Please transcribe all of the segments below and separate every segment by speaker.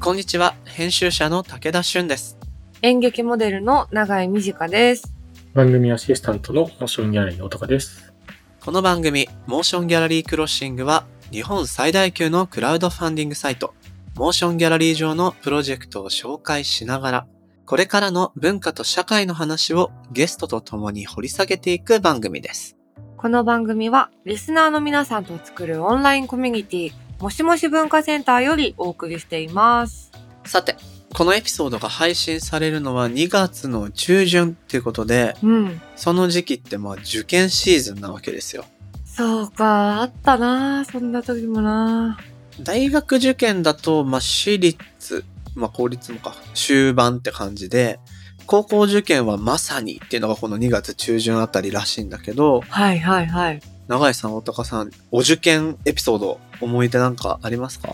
Speaker 1: こんにちは。編集者の武田俊です。
Speaker 2: 演劇モデルの永井美智香です。
Speaker 3: 番組アシスタントのモーションギャラリー男です。
Speaker 1: この番組、モーションギャラリークロッシングは、日本最大級のクラウドファンディングサイト、モーションギャラリー上のプロジェクトを紹介しながら、これからの文化と社会の話をゲストと共に掘り下げていく番組です。
Speaker 2: この番組は、リスナーの皆さんと作るオンラインコミュニティ、もしもし文化センターよりお送りしています。
Speaker 1: さて、このエピソードが配信されるのは2月の中旬っていうことで、
Speaker 2: うん。
Speaker 1: その時期ってまあ受験シーズンなわけですよ。
Speaker 2: そうか、あったなそんな時もな
Speaker 1: 大学受験だと、まあ、私立、まあ、公立もか、終盤って感じで、高校受験はまさにっていうのがこの2月中旬あたりらしいんだけど、
Speaker 2: はいはいはい。
Speaker 1: 永井さん、大高さん、お受験エピソード、思い出なんかありますか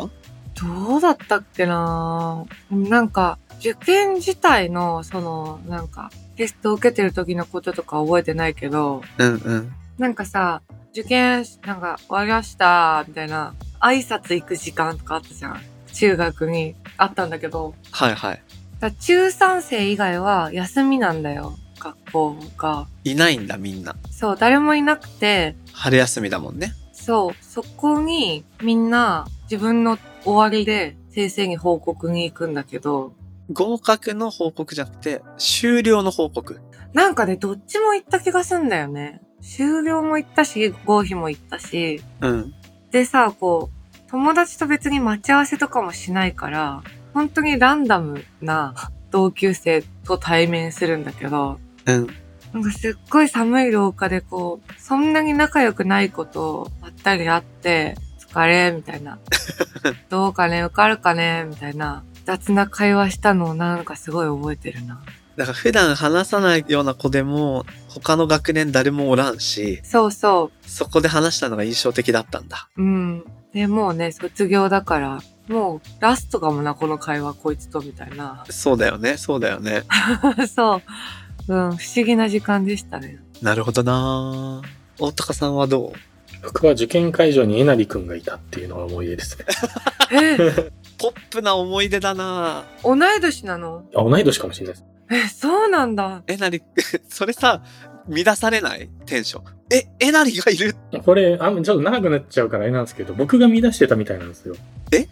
Speaker 2: どうだったっけななんか、受験自体の、その、なんか、テストを受けてる時のこととか覚えてないけど、
Speaker 1: うんうん。
Speaker 2: なんかさ、受験、なんか、終わりました、みたいな、挨拶行く時間とかあったじゃん。中学にあったんだけど、
Speaker 1: はいはい。
Speaker 2: だ中3生以外は休みなんだよ、学校が。
Speaker 1: いないんだ、みんな。
Speaker 2: そう、誰もいなくて、
Speaker 1: 春休みだもんね。
Speaker 2: そう、そこにみんな自分の終わりで先生に報告に行くんだけど、
Speaker 1: 合格の報告じゃなくて、終了の報告。
Speaker 2: なんかね、どっちも行った気がすんだよね。終了も行ったし、合否も行ったし、
Speaker 1: うん。
Speaker 2: でさ、こう、友達と別に待ち合わせとかもしないから、本当にランダムな同級生と対面するんだけど、
Speaker 1: うん。
Speaker 2: なんかすっごい寒い廊下でこう、そんなに仲良くないことばったり会って、疲れ、みたいな。どうかね、受かるかね、みたいな。雑な会話したのをなんかすごい覚えてるな。
Speaker 1: だから普段話さないような子でも、他の学年誰もおらんし、
Speaker 2: そうそ
Speaker 1: そこで話したのが印象的だったんだ。
Speaker 2: う。うん。で、もうね、卒業だから、もうラストかもな、この会話、こいつと、みたいな。
Speaker 1: そうだよね、そうだよね。
Speaker 2: そう。うん、不思議な時間でしたね。
Speaker 1: なるほどな大高さんはどう
Speaker 3: 僕は受験会場にえなりくんがいたっていうのが思い出ですね。
Speaker 2: え、
Speaker 1: ポップな思い出だな
Speaker 2: 同い年なの
Speaker 3: あ、同い年かもしれないです。
Speaker 2: え、そうなんだ。
Speaker 1: えなり、 それさ、乱されないテンション。え、えなりがいる
Speaker 3: これ、あちょっと長くなっちゃうからあれなんですけど、僕が見出してたみたいなんですよ。
Speaker 1: え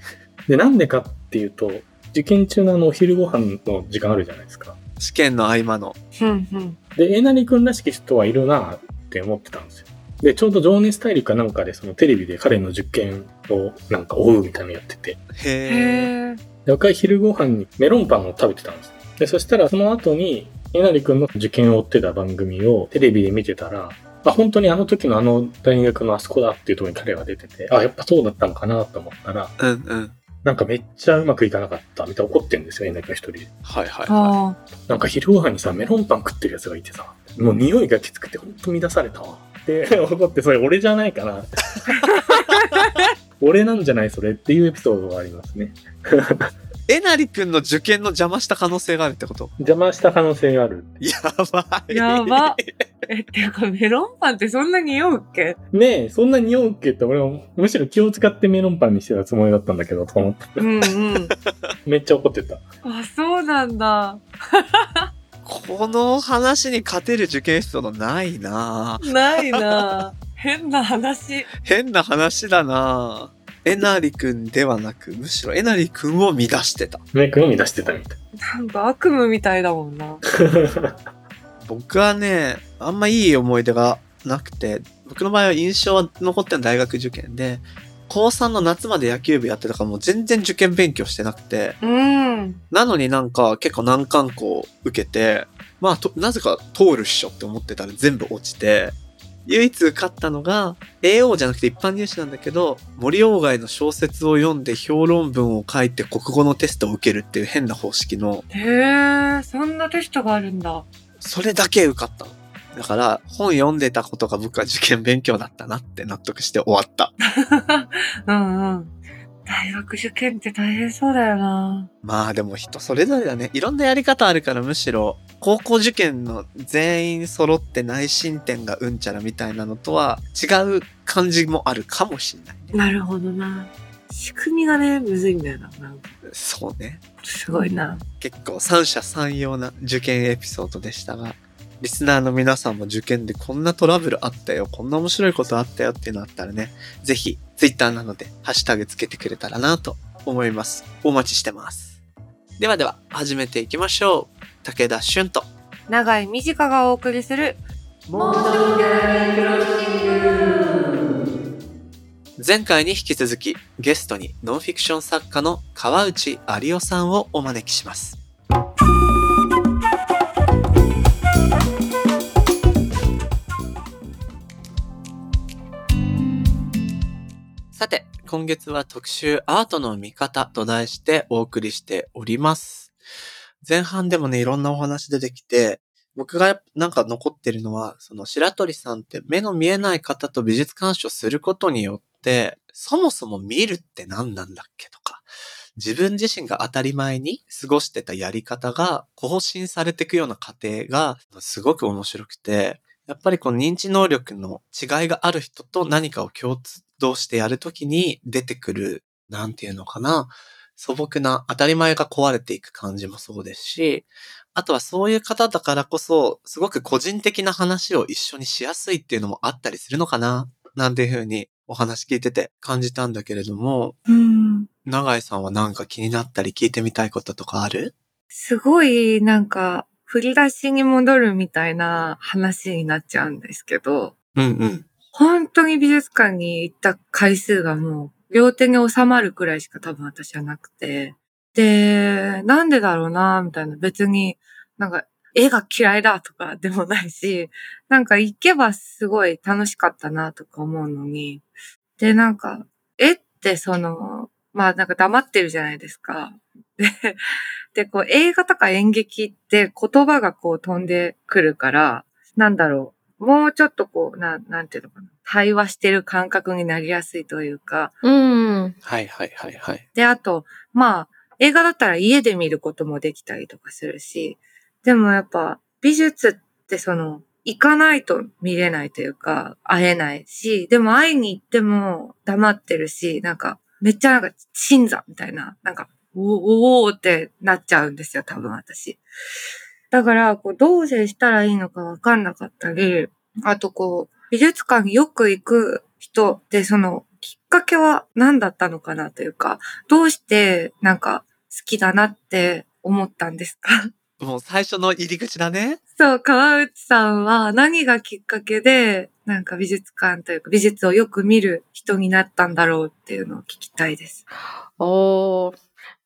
Speaker 3: で、なんでかっていうと、受験中のあのお昼ご飯の時間あるじゃないですか。
Speaker 1: 試験の合間の。
Speaker 2: うん、うん。
Speaker 3: で、えなりくんらしき人はいるなって思ってたんですよ。で、ちょうど情熱大陸かなんかでそのテレビで彼の受験をなんか追うみたいなのやってて、
Speaker 1: へえ。
Speaker 2: へえ。
Speaker 3: で僕は昼ご飯にメロンパンを食べてたんです。で、そしたらその後に、えなりくんの受験を追ってた番組をテレビで見てたら、あ、本当にあの時のあの大学のあそこだっていうところに彼が出てて、あ、やっぱそうだったのかなと思ったら、
Speaker 1: うんうん。
Speaker 3: なんかめっちゃうまくいかなかったみたいな怒ってんですよ、えなりくん一人で。
Speaker 1: はいはい、は
Speaker 2: あ
Speaker 3: なんか昼ご飯にさ、メロンパン食ってるやつがいてさ、もう匂いがきつくて本当乱されたわ。で、怒ってそれ俺じゃないかな。俺なんじゃないそれっていうエピソードがありますね。
Speaker 1: い。えなりくんの受験の邪魔した可能性があるってこと
Speaker 3: 邪魔した可能性がある。
Speaker 1: やば
Speaker 2: あ。
Speaker 1: い。
Speaker 2: やば。え、っていうか、メロンパンってそんなに酔うっけ
Speaker 3: ねえ、そんなにうっけって俺もむしろ気を使ってメロンパンにしてたつもりだったんだけど、と思って。
Speaker 2: うん うん。
Speaker 3: めっちゃ怒ってた。
Speaker 2: あ、そうなんだ。
Speaker 1: この話に勝てる受験エピソードないな
Speaker 2: ないな。変な話。
Speaker 1: 変な話だなえなりくんではなく、むしろえなりくんを乱してた。
Speaker 3: メイクのみ出してたみた い。
Speaker 2: なんか悪夢みたいだもんな。
Speaker 1: 僕はね、あんまいい思い出がなくて、僕の場合は印象は残ってるのは大学受験で、高3の夏まで野球部やってたからもう全然受験勉強してなくて、
Speaker 2: うん。
Speaker 1: なのになんか結構難関校受けて、まあと、なぜか通るっしょって思ってたら全部落ちて、唯一受かったのが、AO じゃなくて一般入試なんだけど、森鴎外の小説を読んで評論文を書いて国語のテストを受けるっていう変な方式の
Speaker 2: へえ、そんなテストがあるんだ。
Speaker 1: それだけ受かったの。だから、本読んでたことが僕は受験勉強だったなって納得して終わった。
Speaker 2: うんうん。大学受験って大変そうだよな。
Speaker 1: まあでも人それぞれだね。いろんなやり方あるからむしろ、高校受験の全員揃って内申点がうんちゃらみたいなのとは違う感じもあるかもしれないね。
Speaker 2: なるほどな。仕組みがね、むずいんだよな。なんか
Speaker 1: そうね。
Speaker 2: すごいな。
Speaker 1: 結構三者三様な受験エピソードでしたが、リスナーの皆さんも受験でこんなトラブルあったよ、こんな面白いことあったよっていうのあったらね、ぜひツイッターなのでハッシュタグつけてくれたらなと思います。お待ちしてます。ではでは始めていきましょう。武田俊と。
Speaker 2: 長井美智香がお送りする、
Speaker 1: 前回に引き続きゲストにノンフィクション作家の川内有夫さんをお招きします。さて、今月は特集アートの見方と題してお送りしております。前半でもね、いろんなお話出てきて、僕がなんか残ってるのは、その白鳥さんって目の見えない方と美術鑑賞することによって、そもそも見るって何なんだっけとか、自分自身が当たり前に過ごしてたやり方が更新されていくような過程がすごく面白くて、やっぱりこの認知能力の違いがある人と何かを共同してやるときに出てくる、なんていうのかな、素朴な当たり前が壊れていく感じもそうですし、あとはそういう方だからこそ、すごく個人的な話を一緒にしやすいっていうのもあったりするのかななんていうふうにお話聞いてて感じたんだけれども、
Speaker 2: うん。
Speaker 1: 永井さんはなんか気になったり聞いてみたいこととかある
Speaker 2: すごい、なんか、振り出しに戻るみたいな話になっちゃうんですけど、
Speaker 1: うんうん。
Speaker 2: 本当に美術館に行った回数がもう両手に収まるくらいしか多分私はなくて。で、なんでだろうな、みたいな。別になんか絵が嫌いだとかでもないし、 なんか行けばすごい楽しかったなとか思うのに。で、なんか、絵ってその、まあなんか黙ってるじゃないですか。で、 でこう映画とか演劇って言葉がこう飛んでくるから、なんだろう。もうちょっとこう、なん、なんていうのかな。対話してる感覚になりやすいというか。
Speaker 4: うん。
Speaker 1: はいはいはいはい。
Speaker 2: で、あと、まあ、映画だったら家で見ることもできたりとかするし、でもやっぱ美術ってその、行かないと見れないというか、会えないし、でも会いに行っても黙ってるし、なんか、めっちゃなんか、鎮座みたいな、なんか、おーおーってなっちゃうんですよ、多分私。だから、こう、どう接したらいいのかわかんなかったり、あとこう、美術館によく行く人で、その、きっかけは何だったのかなというか、どうしてなんか好きだなって思ったんですか
Speaker 1: もう最初の入り口だね。
Speaker 2: そう、川内さんは何がきっかけで、なんか美術館というか美術をよく見る人になったんだろうっていうのを聞きたいです。
Speaker 4: おー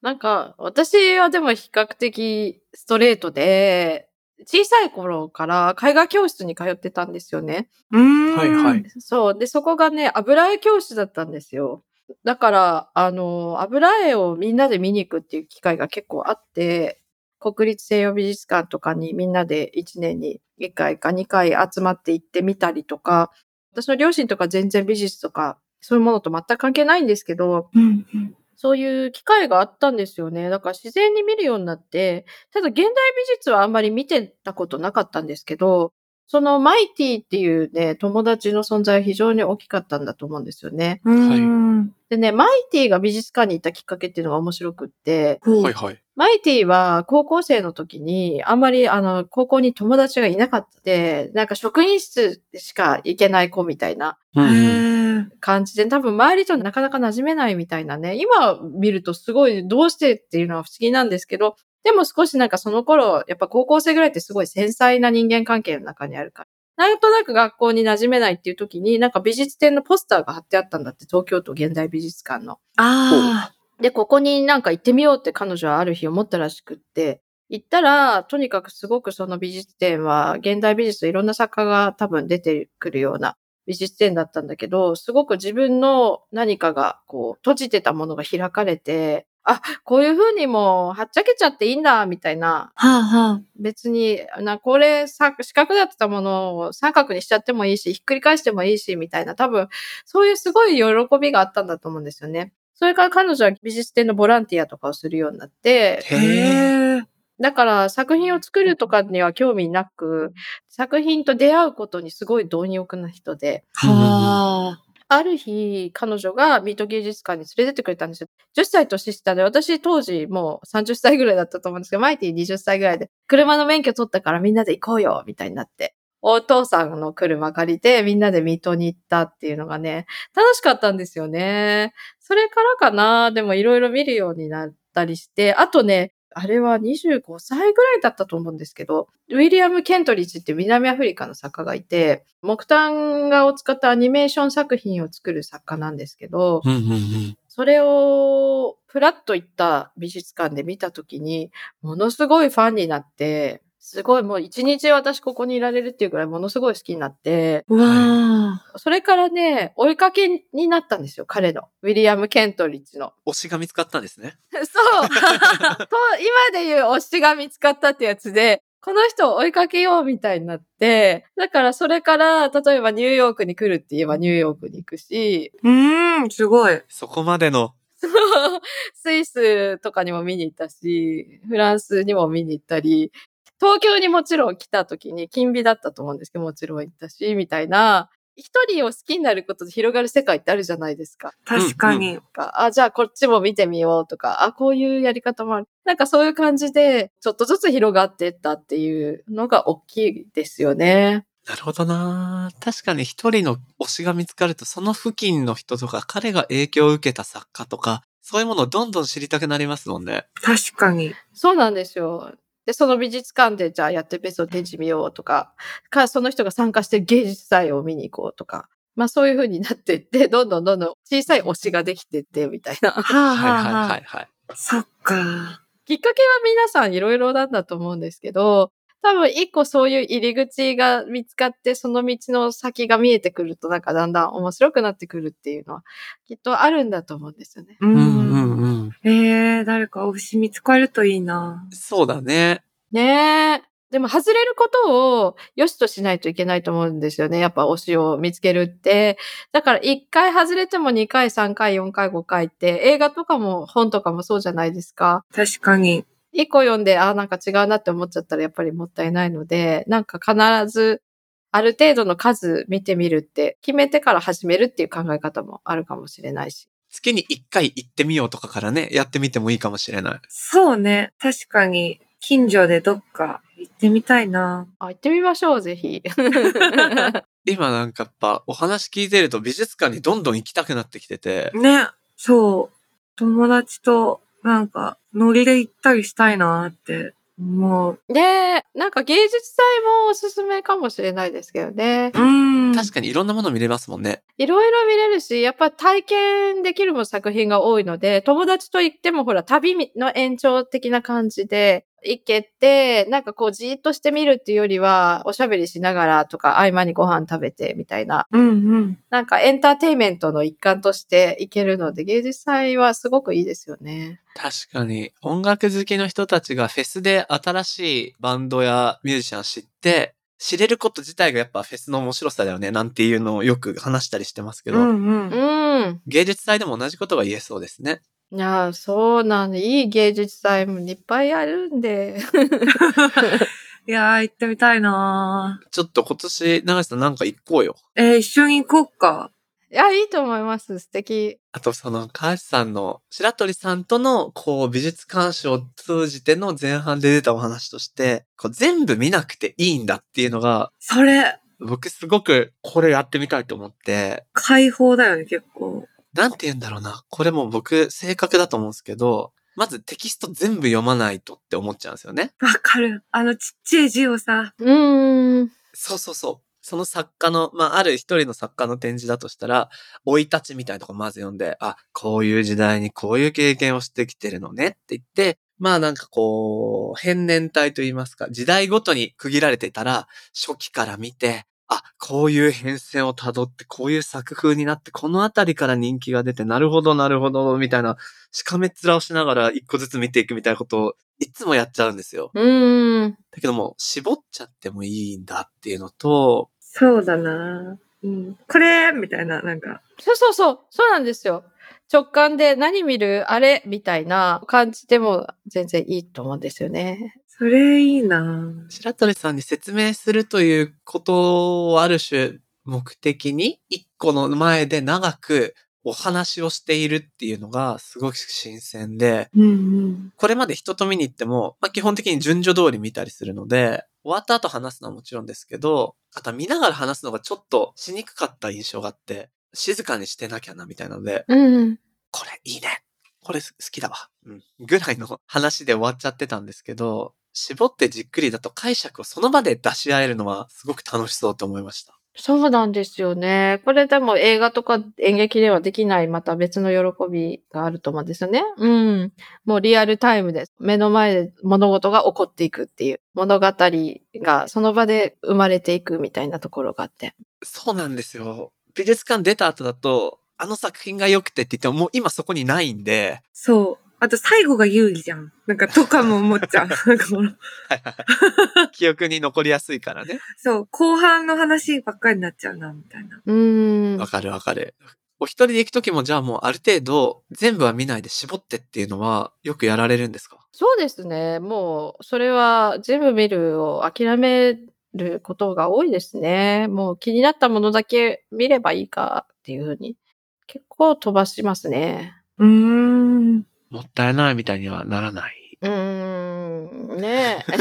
Speaker 4: なんか、私はでも比較的ストレートで、小さい頃から絵画教室に通ってたんですよね。
Speaker 2: うーん。
Speaker 1: はいはい。
Speaker 4: そう。で、そこがね、油絵教室だったんですよ。だから、あの、油絵をみんなで見に行くっていう機会が結構あって、国立西洋美術館とかにみんなで1年に1回か2回集まって行ってみたりとか、私の両親とか全然美術とか、そういうものと全く関係ないんですけど、
Speaker 2: うんうん。
Speaker 4: そういう機会があったんですよね。だから自然に見るようになって、ただ現代美術はあんまり見てたことなかったんですけど、そのマイティっていうね、友達の存在は非常に大きかったんだと思うんですよね。
Speaker 2: うーん。
Speaker 4: でね、マイティが美術館に行ったきっかけっていうのが面白くって、
Speaker 2: こう
Speaker 1: はい。
Speaker 4: マイティは高校生の時に、あんまりあの、高校に友達がいなかったで、なんか職員室しか行けない子みたいな
Speaker 1: う
Speaker 2: へ
Speaker 1: ん、
Speaker 2: ー
Speaker 4: 感じで、多分周りとなかなか馴染めないみたいなね。今見るとすごいどうしてっていうのは不思議なんですけど、でも少しなんかその頃、やっぱ高校生ぐらいってすごい繊細な人間関係の中にあるから。なんとなく学校に馴染めないっていう時に、なんか美術展のポスターが貼ってあったんだって、東京都現代美術館の。
Speaker 2: あ
Speaker 4: で、ここになんか行ってみようって彼女はある日思ったらしくって、行ったら、とにかくすごくその美術展は、現代美術のいろんな作家が多分出てくるような美術展だったんだけど、すごく自分の何かがこう、閉じてたものが開かれて、あ、こういう風にも、はっちゃけちゃっていいんだ、みたいな。
Speaker 2: あ。はあは
Speaker 4: 別に、な、これ、さ四角だったものを三角にしちゃってもいいし、ひっくり返してもいいし、みたいな、多分、そういうすごい喜びがあったんだと思うんですよね。それから彼女は美術展のボランティアとかをするようになって、
Speaker 2: あ。
Speaker 1: へえ。
Speaker 2: へえ。
Speaker 4: だから作品を作るとかには興味なく、作品と出会うことにすごい貪欲な人で、
Speaker 2: はあ。
Speaker 4: ある日、彼女がミート芸術館に連れてってくれたんですよ。10歳年下で、私当時もう30歳ぐらいだったと思うんですけど、マイティ20歳ぐらいで、車の免許取ったからみんなで行こうよ、みたいになって。お父さんの車借りて、みんなでミートに行ったっていうのがね、楽しかったんですよね。それからかな、でもいろいろ見るようになったりして、あとね、あれは25歳ぐらいだったと思うんですけど、ウィリアム・ケントリッジっていう南アフリカの作家がいて、木炭画を使ったアニメーション作品を作る作家なんですけど、
Speaker 1: うんうんうん。
Speaker 4: それをフラッと行った美術館で見たときに、ものすごいファンになって、すごいもう一日私ここにいられるっていうぐらいものすごい好きになって、
Speaker 2: うわー。
Speaker 4: それからね、追いかけになったんですよ、彼の。ウィリアム・ケントリッジの。
Speaker 1: 推しが見つかったんですね。
Speaker 4: そう と今で言う推しが見つかったってやつで、この人を追いかけようみたいになって、だからそれから、例えばニューヨークに来るって言えばニューヨークに行くし、
Speaker 2: うーん、すごい。
Speaker 1: そこまでの。
Speaker 4: スイスとかにも見に行ったし、フランスにも見に行ったり、東京にもちろん来た時に金美だったと思うんですけど、もちろん行ったし、みたいな、一人を好きになることで広がる世界ってあるじゃないですか。
Speaker 2: 確かに。
Speaker 4: か、あ、じゃあこっちも見てみようとか、あ、こういうやり方もある。なんかそういう感じで、ちょっとずつ広がっていったっていうのが大きいですよね。
Speaker 1: なるほどな確かに一人の推しが見つかると、その付近の人とか、彼が影響を受けた作家とか、そういうものをどんどん知りたくなりますもんね。
Speaker 2: 確かに。
Speaker 4: そうなんですよ。で、その美術館で、じゃあやってベストを展示見ようとか、か、その人が参加してる芸術祭を見に行こうとか、まあそういう風になっていって、どんどんどんどん小さい推しができてって、みたいな。
Speaker 2: はあ、
Speaker 1: はい
Speaker 2: は
Speaker 1: はい
Speaker 2: あ、は。
Speaker 1: はいいはい。
Speaker 2: そっか。
Speaker 4: きっかけは皆さんいろいろなんだと思うんですけど、多分一個そういう入り口が見つかって、その道の先が見えてくると、なんかだんだん面白くなってくるっていうのは、きっとあるんだと思うんですよね。
Speaker 2: うん。
Speaker 1: うんうんうん。
Speaker 2: えー、誰か推し見つかるといいな。
Speaker 1: そうだね。
Speaker 4: ねえ。でも外れることを良しとしないといけないと思うんですよね。やっぱ推しを見つけるって。だから1回外れても2回、3回、4回、5回って、映画とかも本とかもそうじゃないですか。
Speaker 2: 確かに。
Speaker 4: 一個読んで、ああ、なんか違うなって思っちゃったらやっぱりもったいないので、なんか必ず、ある程度の数見てみるって、決めてから始めるっていう考え方もあるかもしれないし。
Speaker 1: 月に一回行ってみようとかからね、やってみてもいいかもしれない。
Speaker 2: そうね。確かに。近所でどっか行ってみたいな。
Speaker 4: あ、行ってみましょう、ぜひ。
Speaker 1: 今なんかやっぱお話聞いてると美術館にどんどん行きたくなってきてて、
Speaker 2: ね。そう。友達と、なんか、ノリで行ったりしたいなって思う。
Speaker 4: で、なんか芸術祭もおすすめかもしれないですけどね
Speaker 2: う。ん。
Speaker 1: 確かにいろんなもの見れますもんね。
Speaker 4: いろいろ見れるし、やっぱ体験できるも作品が多いので、友達と行ってもほら、旅の延長的な感じで行けて、なんかこうじーっとしてみるっていうよりは、おしゃべりしながらとか、合間にご飯食べてみたいな、
Speaker 2: うんうん。
Speaker 4: なんかエンターテインメントの一環として行けるので、芸術祭はすごくいいですよね。
Speaker 1: 確かに音楽好きの人たちがフェスで新しいバンドやミュージシャン知って、知れること自体がやっぱフェスの面白さだよね、なんていうのをよく話したりしてますけ
Speaker 2: う
Speaker 1: ど、
Speaker 2: んう。
Speaker 4: うんん。
Speaker 1: 芸術祭でも同じことが言えそうですね。
Speaker 4: いやー、そうなんで、いい芸術祭もいっぱいあるんで。
Speaker 2: いやー、行ってみたいな
Speaker 1: ちょっと今年、長瀬さんなんか行こうよ。
Speaker 2: えー、一緒に行こうか。
Speaker 4: いや、いいと思います。素敵。
Speaker 1: あとその川内さんの白鳥さんとのこう美術鑑賞を通じての前半で出たお話としてこう全部見なくていいんだっていうのが
Speaker 2: それ、
Speaker 1: 僕すごくこれやってみたいと思って
Speaker 2: 解放だよね、結構。
Speaker 1: なんて言うんだろうなこれも僕性格だと思うんですけどまずテキスト全部読まないとって思っちゃうんですよね。
Speaker 2: わかる。あのちっちゃい字をさ。
Speaker 4: うーん。
Speaker 1: そうそうそう。その作家の、まあ、ある一人の作家の展示だとしたら、生い立ちみたいなとこまず読んで、あ、こういう時代にこういう経験をしてきてるのねって言って、まあなんかこう、変年体と言いますか、時代ごとに区切られてたら、初期から見て、あ、こういう変遷をたどって、こういう作風になって、このあたりから人気が出て、なるほど、なるほど、みたいな、しかめっ面をしながら一個ずつ見ていくみたいなことを、いつもやっちゃうんですよ。
Speaker 4: うーん。
Speaker 1: だけども、絞っちゃってもいいんだっていうのと、
Speaker 2: そうだなうん。これみたいな、なんか。
Speaker 4: そうそうそう。そうなんですよ。直感で何見るあれみたいな感じでも全然いいと思うんですよね。
Speaker 2: それいいな
Speaker 1: 白鳥さんに説明するということをある種目的に一個の前で長くお話をしているっていうのがすごく新鮮で、
Speaker 2: うんうん。
Speaker 1: これまで人と見に行っても、まあ、基本的に順序通り見たりするので、終わった後話すのはもちろんですけど、あとは見ながら話すのがちょっとしにくかった印象があって、静かにしてなきゃなみたいなので、
Speaker 4: うん。
Speaker 1: これいいね。これ好きだわ。うん。ぐらいの話で終わっちゃってたんですけど、絞ってじっくりだと解釈をその場で出し合えるのはすごく楽しそうと思いました。
Speaker 4: そうなんですよね。これでも映画とか演劇ではできない、また別の喜びがあると思うんですよね。うん。もうリアルタイムです。目の前で物事が起こっていくっていう物語がその場で生まれていくみたいなところがあって。
Speaker 1: そうなんですよ。美術館出た後だと、あの作品が良くてって言ってももう今そこにないんで、
Speaker 2: そう。あと最後が有利じゃん。なんかとかも思っ ちゃう。なんかこの
Speaker 1: 記憶に残りやすいからね。
Speaker 2: そう、後半の話ばっかりになっちゃうな、みたいな。
Speaker 4: うん
Speaker 1: わ。かるわかる。お一人で行くときもじゃあもうある程度全部は見ないで絞ってっていうのはよくやられるんですか
Speaker 4: そうですね。もう、それは全部見るを諦めることが多いですね。もう気になったものだけ見ればいいかっていうふうに。結構飛ばしますね。
Speaker 2: うーん。
Speaker 1: もったいないみたいにはならない。
Speaker 4: うーん、ねえ。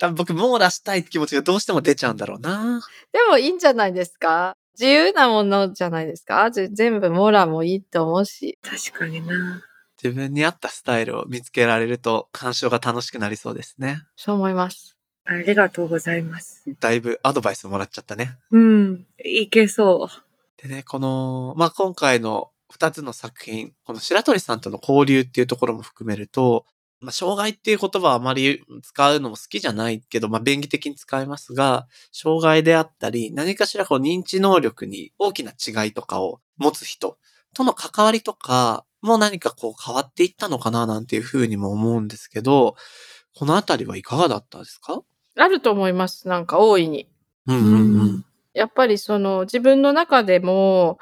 Speaker 1: 多分僕網羅したいって気持ちがどうしても出ちゃうんだろうな。
Speaker 4: でもいいんじゃないですか自由なものじゃないですかぜ全部モラもいいと思うし。
Speaker 2: 確かにな。
Speaker 1: 自分に合ったスタイルを見つけられると鑑賞が楽しくなりそうですね。
Speaker 4: そう思います。
Speaker 2: ありがとうございます。
Speaker 1: だいぶアドバイスもらっちゃったね。
Speaker 2: うん。いけそう。
Speaker 1: でね、この、まあ、今回の二つの作品、この白鳥さんとの交流っていうところも含めると、まあ、障害っていう言葉はあまり使うのも好きじゃないけど、まあ、便宜的に使えますが、障害であったり、何かしらこう認知能力に大きな違いとかを持つ人との関わりとか、もう何かこう変わっていったのかななんていうふうにも思うんですけど、このあたりはいかがだったですか
Speaker 4: あると思います。なんか大いに。
Speaker 1: うん
Speaker 2: うんうん
Speaker 4: やっぱりその自分の中でも、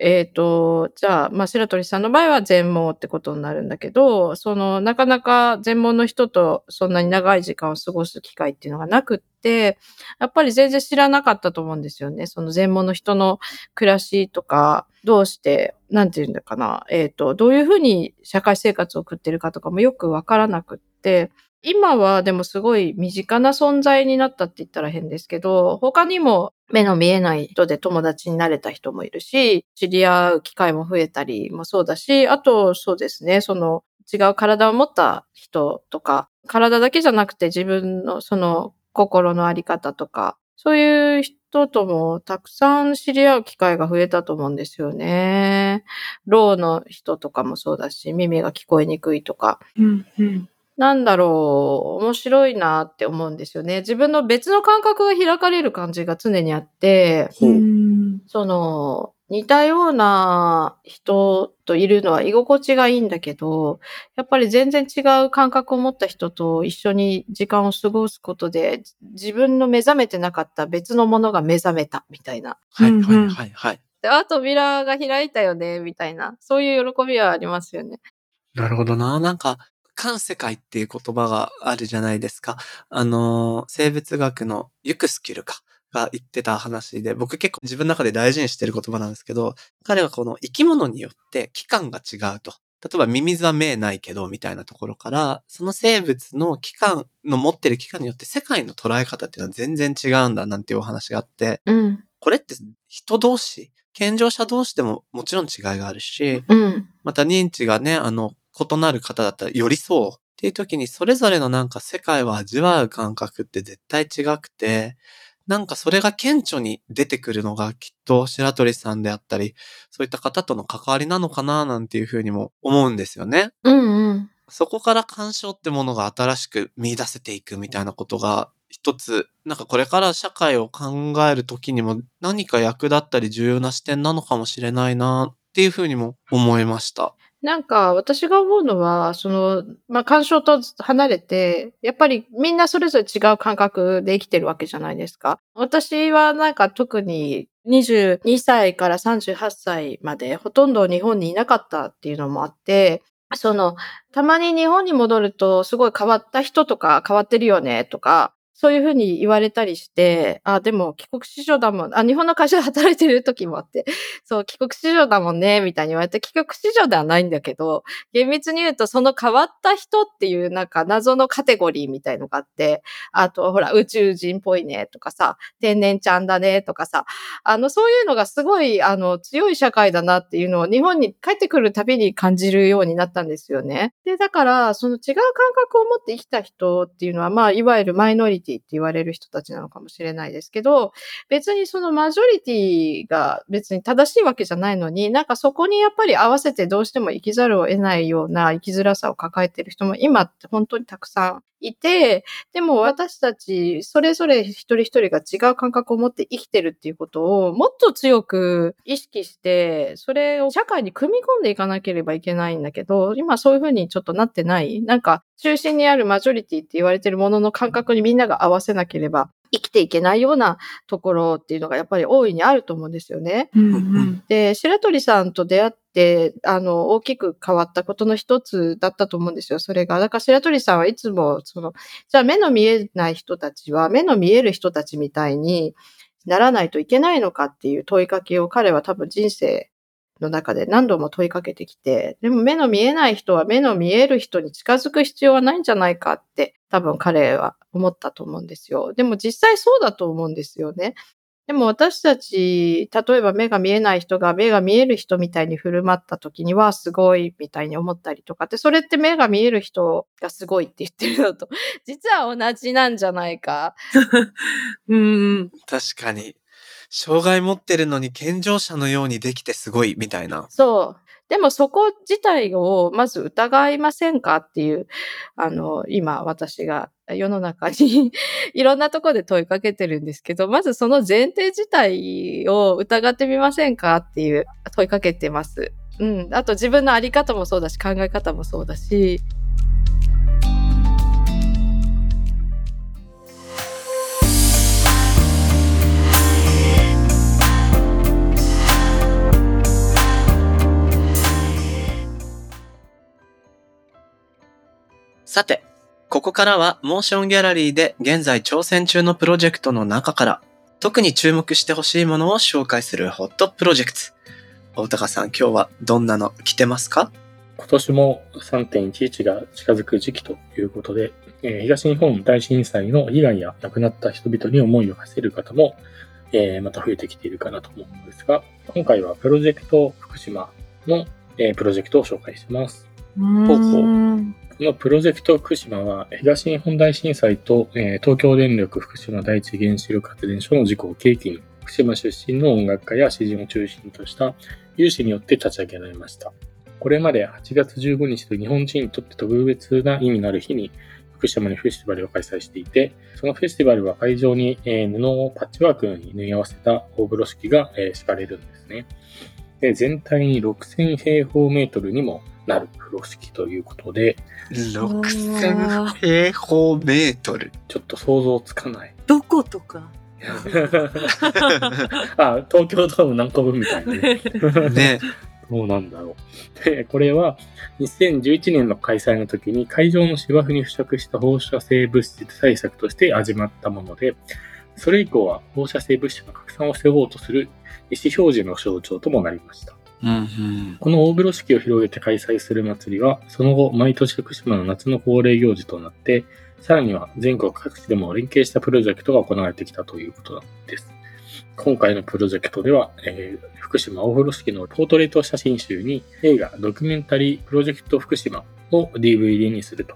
Speaker 4: えっ、と、じゃあ、まあ、白鳥さんの場合は全盲ってことになるんだけど、その、なかなか全盲の人とそんなに長い時間を過ごす機会っていうのがなくって、やっぱり全然知らなかったと思うんですよね。その全盲の人の暮らしとか、どうして、なんていうんだかな、えっ、と、どういうふうに社会生活を送ってるかとかもよくわからなくって、今はでもすごい身近な存在になったって言ったら変ですけど、他にも目の見えない人で友達になれた人もいるし、知り合う機会も増えたりもそうだし、あとそうですね、その違う体を持った人とか、体だけじゃなくて自分のその心のあり方とか、そういう人ともたくさん知り合う機会が増えたと思うんですよね。ローの人とかもそうだし、耳が聞こえにくいとか、
Speaker 2: うん、うん。
Speaker 4: なんだろう、面白いなって思うんですよね。自分の別の感覚が開かれる感じが常にあって、
Speaker 1: ほう
Speaker 2: うん。
Speaker 4: その、似たような人といるのは居心地がいいんだけど、やっぱり全然違う感覚を持った人と一緒に時間を過ごすことで、自分の目覚めてなかった別のものが目覚めたみたいな。
Speaker 1: はい
Speaker 2: うんうん
Speaker 1: はいはいはい。
Speaker 4: であ、扉が開いたよね、みたいな。そういう喜びはありますよね。
Speaker 1: なるほどな。なんか、感世界っていう言葉があるじゃないですか。あのー、生物学のユクスキルかが言ってた話で、僕結構自分の中で大事にしてる言葉なんですけど、彼はこの生き物によって器官が違うと。例えばミミズは目ないけど、みたいなところから、その生物の器官の持ってる器官によって世界の捉え方っていうのは全然違うんだなんていうお話があって、
Speaker 4: うん、
Speaker 1: これって人同士、健常者同士でももちろん違いがあるし、
Speaker 4: うん、
Speaker 1: また認知がね、あの、異なる方だったら寄り添うっていう時に、それぞれのなんか世界を味わう感覚って絶対違くて、なんかそれが顕著に出てくるのがきっと白鳥さんであったり、そういった方との関わりなのかななんていうふうにも思うんですよね。
Speaker 4: うん、うん。
Speaker 1: そこから鑑賞ってものが新しく見出せていくみたいなことが一つ、なんかこれから社会を考える時にも何か役立ったり重要な視点なのかもしれないなっていうふうにも思いました。
Speaker 4: なんか、私が思うのは、その、まあ、干渉と離れて、やっぱりみんなそれぞれ違う感覚で生きてるわけじゃないですか。私はなんか特に22歳から38歳までほとんど日本にいなかったっていうのもあって、その、たまに日本に戻るとすごい変わった人とか変わってるよねとか、そういうふうに言われたりして、あ、でも帰国子女だもん。あ、日本の会社で働いてる時もあって、そう、帰国子女だもんね、みたいに言われて、帰国子女ではないんだけど、厳密に言うと、その変わった人っていうなんか謎のカテゴリーみたいのがあって、あと、ほら、宇宙人っぽいね、とかさ、天然ちゃんだね、とかさ、あの、そういうのがすごい、あの、強い社会だなっていうのを日本に帰ってくるたびに感じるようになったんですよね。で、だから、その違う感覚を持って生きた人っていうのは、まあ、いわゆるマイノリティって言われる人たちなのかもしれないですけど、別にそのマジョリティが別に正しいわけじゃないのに、なんかそこにやっぱり合わせてどうしても生きざるを得ないような生きづらさを抱えてる人も今って本当にたくさんいて、でも私たちそれぞれ一人一人が違う感覚を持って生きてるっていうことをもっと強く意識して、それを社会に組み込んでいかなければいけないんだけど、今そういうふうにちょっとなってないなんか中心にあるマジョリティって言われてるものの感覚にみんなが合わせなければ生きていけないようなところっていうのがやっぱり大いにあると思うんですよね。
Speaker 2: うん
Speaker 1: う
Speaker 2: うん
Speaker 1: うん
Speaker 2: ん。
Speaker 4: で、白鳥さんと出会って、あの、大きく変わったことの一つだったと思うんですよ、それが。だから白鳥さんはいつも、その、じゃあ目の見えない人たちは、目の見える人たちみたいにならないといけないのかっていう問いかけを彼は多分人生の中で何度も問いかけてきて、でも目の見えない人は目の見える人に近づく必要はないんじゃないかって、多分彼は思ったと思うんですよ。でも実際そうだと思うんですよね。でも私たち、例えば目が見えない人が目が見える人みたいに振る舞った時にはすごいみたいに思ったりとかって、それって目が見える人がすごいって言ってるのと、実は同じなんじゃないか。
Speaker 2: うん。
Speaker 1: 確かに。障害持ってるのに健常者のようにできてすごいみたいな。
Speaker 4: そう。でもそこ自体をまず疑いませんかっていう、あの、今私が世の中に いろんなところで問いかけてるんですけど、まずその前提自体を疑ってみませんかっていう問いかけてます。うん。あと自分のあり方もそうだし、考え方もそうだし、
Speaker 1: さて、ここからはモーションギャラリーで現在挑戦中のプロジェクトの中から特に注目してほしいものを紹介するホットプロジェクト。大高さん、今日はどんなの来てますか
Speaker 3: 今年も3.11が近づく時期ということで、えー東日本大震災の被害や亡くなった人々に思いを馳せる方も、えーまた増えてきているかなと思うんですが、今回はプロジェクト福島の、えープロジェクトを紹介します。
Speaker 1: ほうほう
Speaker 2: うん。
Speaker 3: このプロジェクト福島は東日本大震災と、えー東京電力福島第一原子力発電所の事故を契機に福島出身の音楽家や詩人を中心とした有志によって立ち上げられました。これまで8月15日という日本人にとって特別な意味のある日に福島にフェスティバルを開催していて、そのフェスティバルは会場に、えー布をパッチワークに縫い合わせた大風呂敷が、えー敷かれるんですね。で全体に6000平方メートルにもなる風呂敷ということで、
Speaker 1: 6000平方メートル。
Speaker 3: ちょっと想像つかない。
Speaker 2: どことか。
Speaker 3: あ、東京ドーム何個分みたいなね。
Speaker 1: ね。
Speaker 3: どうなんだろう。で、これは2011年の開催の時に会場の芝生に付着した放射性物質対策として始まったもので、それ以降は放射性物質の拡散を防ごうとする意思表示の象徴ともなりました。
Speaker 1: うんうん。
Speaker 3: この大風呂敷を広げて開催する祭りは、その後、毎年福島の夏の恒例行事となって、さらには全国各地でも連携したプロジェクトが行われてきたということです。今回のプロジェクトでは、えー福島大風呂敷のポートレート写真集に映画ドキュメンタリープロジェクト福島を DVD にすると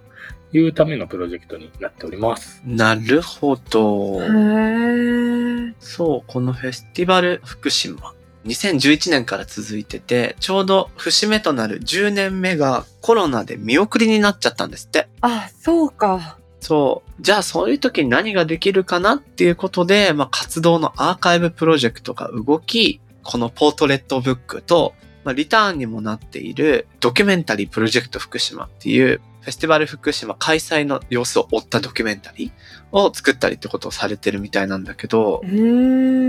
Speaker 3: いうためのプロジェクトになっております。
Speaker 1: なるほど。
Speaker 2: へえ。
Speaker 1: そう、このフェスティバル福島。2011年から続いてて、ちょうど節目となる10年目がコロナで見送りになっちゃったんですって。
Speaker 2: あ、そうか。
Speaker 1: そう。じゃあそういう時に何ができるかなっていうことで、まあ活動のアーカイブプロジェクトが動き、このポートレットブックと、まあリターンにもなっているドキュメンタリープロジェクト福島っていうフェスティバル福島開催の様子を追ったドキュメンタリーを作ったりってことをされてるみたいなんだけど
Speaker 2: う、ー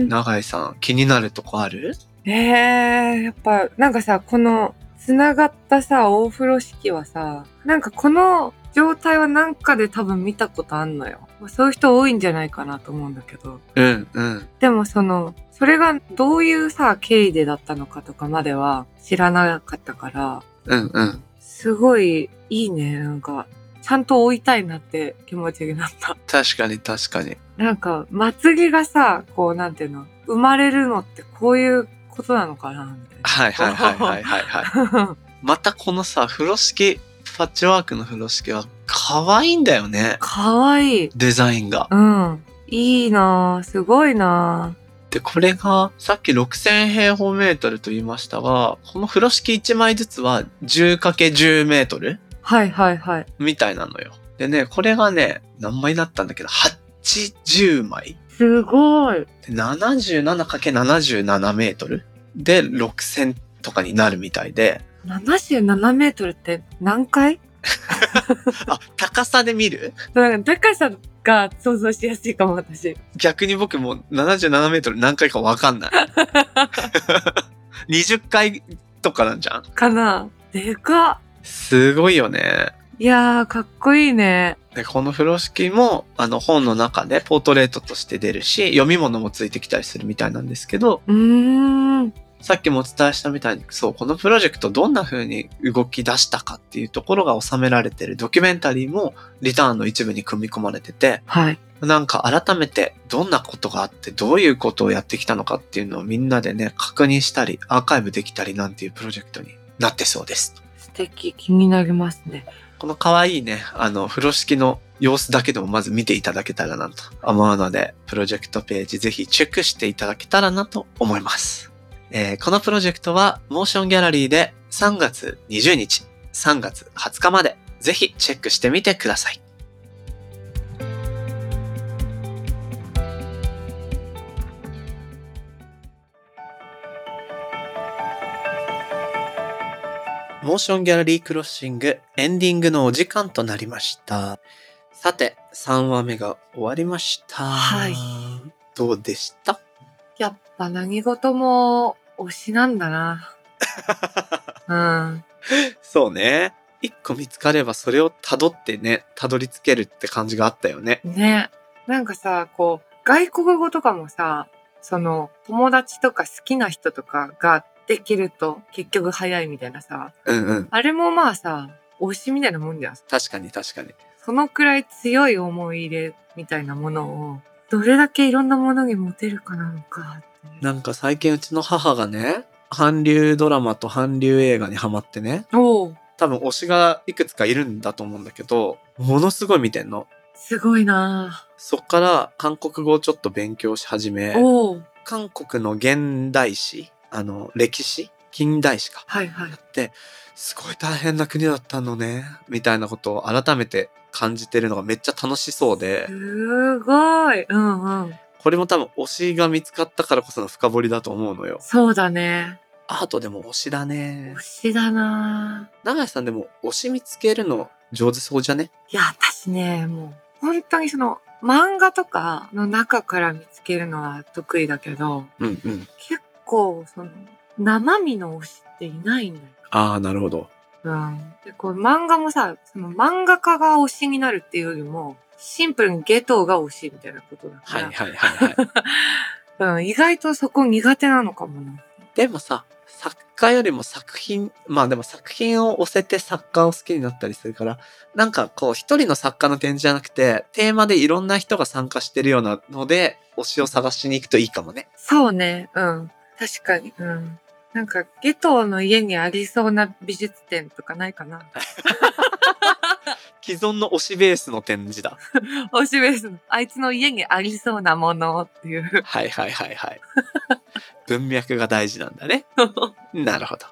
Speaker 2: ん。
Speaker 1: 永井さん気になるとこある
Speaker 2: ええやっぱなんかさこのつながったさ大風呂敷はさなんかこの状態はなんかで多分見たことあんのよまあそういう人多いんじゃないかなと思うんだけど。
Speaker 1: うん、うん。
Speaker 2: でもその、それがどういうさ、経緯でだったのかとかまでは知らなかったから、
Speaker 1: うん、うん。
Speaker 2: すごいいいね、なんか。ちゃんと追いたいなって気持ちになった。
Speaker 1: 確かに確かに。
Speaker 2: なんか、祭りがさ、こう、なんていうの、生まれるのってこういうことなのかな、みたいな。
Speaker 1: はいはいはいはいはい、はい。 またこのさ、風呂敷、パッチワークの風呂敷は可愛いんだよね。
Speaker 2: かわいい。
Speaker 1: デザインが。
Speaker 2: うん。いいなぁ。すごいな
Speaker 1: で、これが、さっき6000平方メートルと言いましたが、この風呂敷1枚ずつは 10×10 メートル
Speaker 2: ぁ。はいはいはい。
Speaker 1: みたいなのよ。でね、これがね、何枚だったんだけど、80枚。
Speaker 2: すごい。
Speaker 1: で 77×77 メートルで6000とかになるみたいで、
Speaker 2: 77メートルって何回
Speaker 1: あ、高さで見る
Speaker 2: なんか高さが想像しやすいかも、私。
Speaker 1: 逆に僕もう77メートル何回かわかんない。20回とかなんじゃん
Speaker 2: かなでかっ
Speaker 1: すごいよね。
Speaker 2: いやー、かっこいいね。
Speaker 1: で、この風呂敷も、あの、本の中でポートレートとして出るし、読み物もついてきたりするみたいなんですけど、
Speaker 2: うーん。
Speaker 1: さっきもお伝えしたみたいに、そう、このプロジェクトどんな風に動き出したかっていうところが収められてるドキュメンタリーも、リターンの一部に組み込まれてて、
Speaker 2: はい。
Speaker 1: なんか改めてどんなことがあって、どういうことをやってきたのかっていうのをみんなでね、確認したり、アーカイブできたりなんていうプロジェクトになってそうです。
Speaker 2: 素敵。気になりますね。
Speaker 1: この可愛いね、あの、風呂敷の様子だけでもまず見ていただけたらなと思うので、プロジェクトページぜひチェックしていただけたらなと思います。えーこのプロジェクトは、モーションギャラリーで3月20日、3月20日まで、ぜひチェックしてみてください。モーションギャラリークロッシングエンディングのお時間となりました。さて、3話目が終わりました。
Speaker 2: はい。
Speaker 1: どうでした
Speaker 2: やっぱ何事も推しなんだな。うん。
Speaker 1: そうね。一個見つかればそれを辿ってね、辿り着けるって感じがあったよね。
Speaker 2: ね。なんかさ、こう、外国語とかもさ、その、友達とか好きな人とかができると結局早いみたいなさ、
Speaker 1: うんうん。
Speaker 2: あれもまあさ、推しみたいなもんじゃん。
Speaker 1: 確かに確かに。
Speaker 2: そのくらい強い思い入れみたいなものを、どれだけいろんなものに持てるかなのかっていう。
Speaker 1: なんか最近うちの母がね、韓流ドラマと韓流映画にハマってね、
Speaker 2: おう
Speaker 1: 多分推しがいくつかいるんだと思うんだけど、ものすごい見てんの。
Speaker 2: すごいな
Speaker 1: そっから韓国語をちょっと勉強し始め
Speaker 2: ぁ。、おう
Speaker 1: 韓国の現代史、あの、歴史、近代史か。
Speaker 2: はいはい
Speaker 1: や。ってすごい大変な国だったのねみたいなことを改めて感じてるのがめっちゃ楽しそうです
Speaker 2: ごい。うんうん。
Speaker 1: これも多分推しが見つかったからこその深掘りだと思うのよ
Speaker 2: そうだね。
Speaker 1: アートでも推しだね
Speaker 2: 推しだなぁ。
Speaker 1: 永井さんでも推し見つけるの上手そうじゃね
Speaker 2: いや、私ね、もう、本当にその、漫画とかの中から見つけるのは得意だけど、
Speaker 1: うんうん
Speaker 2: 結構、その、生身の推しっていないんだよ。
Speaker 1: ああなるほど
Speaker 2: うん。で、こう、漫画もさ、その漫画家が推しになるっていうよりも、シンプルにゲトが推しみたいなことだか
Speaker 1: はい
Speaker 2: ら、
Speaker 1: はいはいはい
Speaker 2: うん、意外とそこ苦手なのかもな。
Speaker 1: でもさ作家よりも作品まあでも作品を推せて作家を好きになったりするからなんかこう一人の作家の展示じゃなくてテーマでいろんな人が参加してるようなので推しを探しに行くといいかもね
Speaker 2: そうね、うん。確かに、うん。なんか、ゲトの家にありそうな美術展とかないかな。
Speaker 1: 既存の推しベースの展示だ
Speaker 2: 推しベースの、あいつの家にありそうなものってい う。
Speaker 1: はいはいはいはい文脈が大事なんだ ねなるほど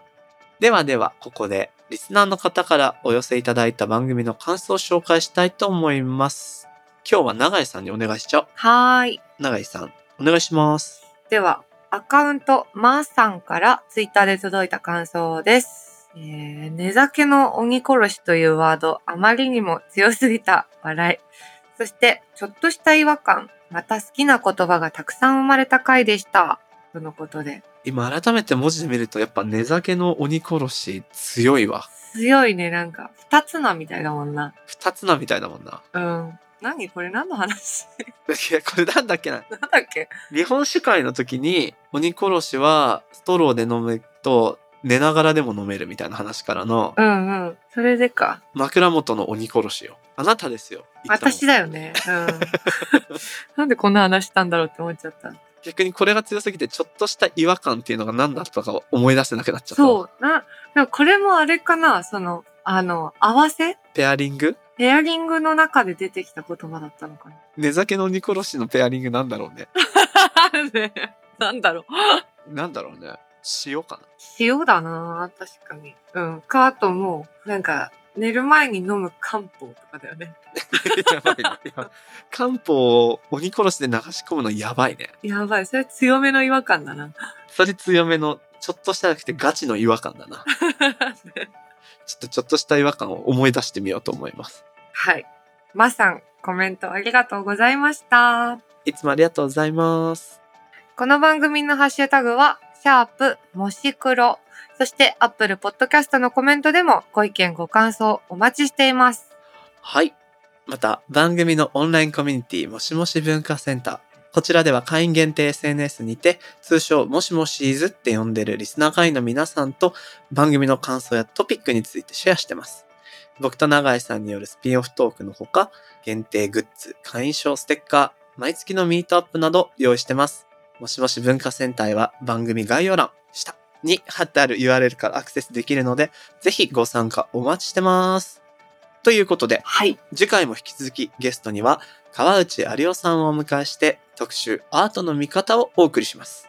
Speaker 1: ではではここでリスナーの方からお寄せいただいた番組の感想を紹介したいと思います今日は永井さんにお願いしちゃおう
Speaker 2: はーい。
Speaker 1: 永井さんお願いします
Speaker 2: では、アカウント、まーさんからツイッターで届いた感想です。えー、寝酒の鬼殺しというワード、あまりにも強すぎた笑い。そして、ちょっとした違和感、また好きな言葉がたくさん生まれた回でした。とのことで。
Speaker 1: 今改めて文字で見るとやっぱ寝酒の鬼殺し強いわ。
Speaker 2: 強いね、なんか、二つなみたいだもんな。
Speaker 1: 二つなみたいだもんな。
Speaker 2: うん。何これ何の話
Speaker 1: いやこれなんだっけな。
Speaker 2: なんだっけ
Speaker 1: 日本酒会の時に、鬼殺しはストローで飲むと、寝ながらでも飲めるみたいな話からの、
Speaker 2: うんうん。それでか。
Speaker 1: 枕元の鬼殺しよ。あなたですよ。言ったの
Speaker 2: 私だよね。 うん。なんでこんな話したんだろうって思っちゃった。
Speaker 1: 逆にこれが強すぎて、ちょっとした違和感っていうのが何だったか思い出せなくなっちゃった。
Speaker 2: そう。な、でもこれもあれかなその、あの、合わせ
Speaker 1: ペアリング
Speaker 2: ペアリングの中で出てきた言葉だったのかな
Speaker 1: 寝酒の鬼殺しのペアリングなんだろうね。
Speaker 2: ねなんだろう。
Speaker 1: なんだろうね。塩かな。
Speaker 2: 塩だな確かに。うん。か、あともう、なんか、寝る前に飲む漢方とかだよね。
Speaker 1: やばいね。いや漢方を鬼殺しで流し込むのやばいね。
Speaker 2: やばい。それ強めの違和感だ な。
Speaker 1: それ強めの、ちょっとしたなくてガチの違和感だな。ちょっとちょっとした違和感を思い出してみようと思います。
Speaker 2: はい。まさん、コメントありがとうございました。
Speaker 1: いつもありがとうございます。
Speaker 2: この番組のハッシュタグは、シャープ、もし黒。そして、アップルポッドキャストのコメントでも、ご意見、ご感想、お待ちしています。
Speaker 1: はい。また、番組のオンラインコミュニティ、もしもし文化センター。こちらでは会員限定 SNS にて、通称もしもしーずって呼んでるリスナー会員の皆さんと番組の感想やトピックについてシェアしてます。僕と永井さんによるスピンオフトークのほか、限定グッズ、会員証ステッカー、毎月のミートアップなど用意してます。もしもし文化センターへは番組概要欄、下に貼ってある URL からアクセスできるので、ぜひご参加お待ちしてます。ということで、
Speaker 2: はい。
Speaker 1: 次回も引き続きゲストには川内有夫さんをお迎えして特集アートの見方をお送りします。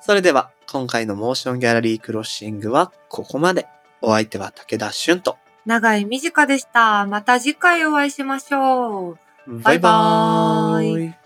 Speaker 1: それでは今回のモーションギャラリークロッシングはここまで。お相手は武田俊と。
Speaker 2: 長井美佳でした。また次回お会いしましょう。
Speaker 1: バイバ
Speaker 2: バイ
Speaker 1: ー
Speaker 2: バー
Speaker 1: イ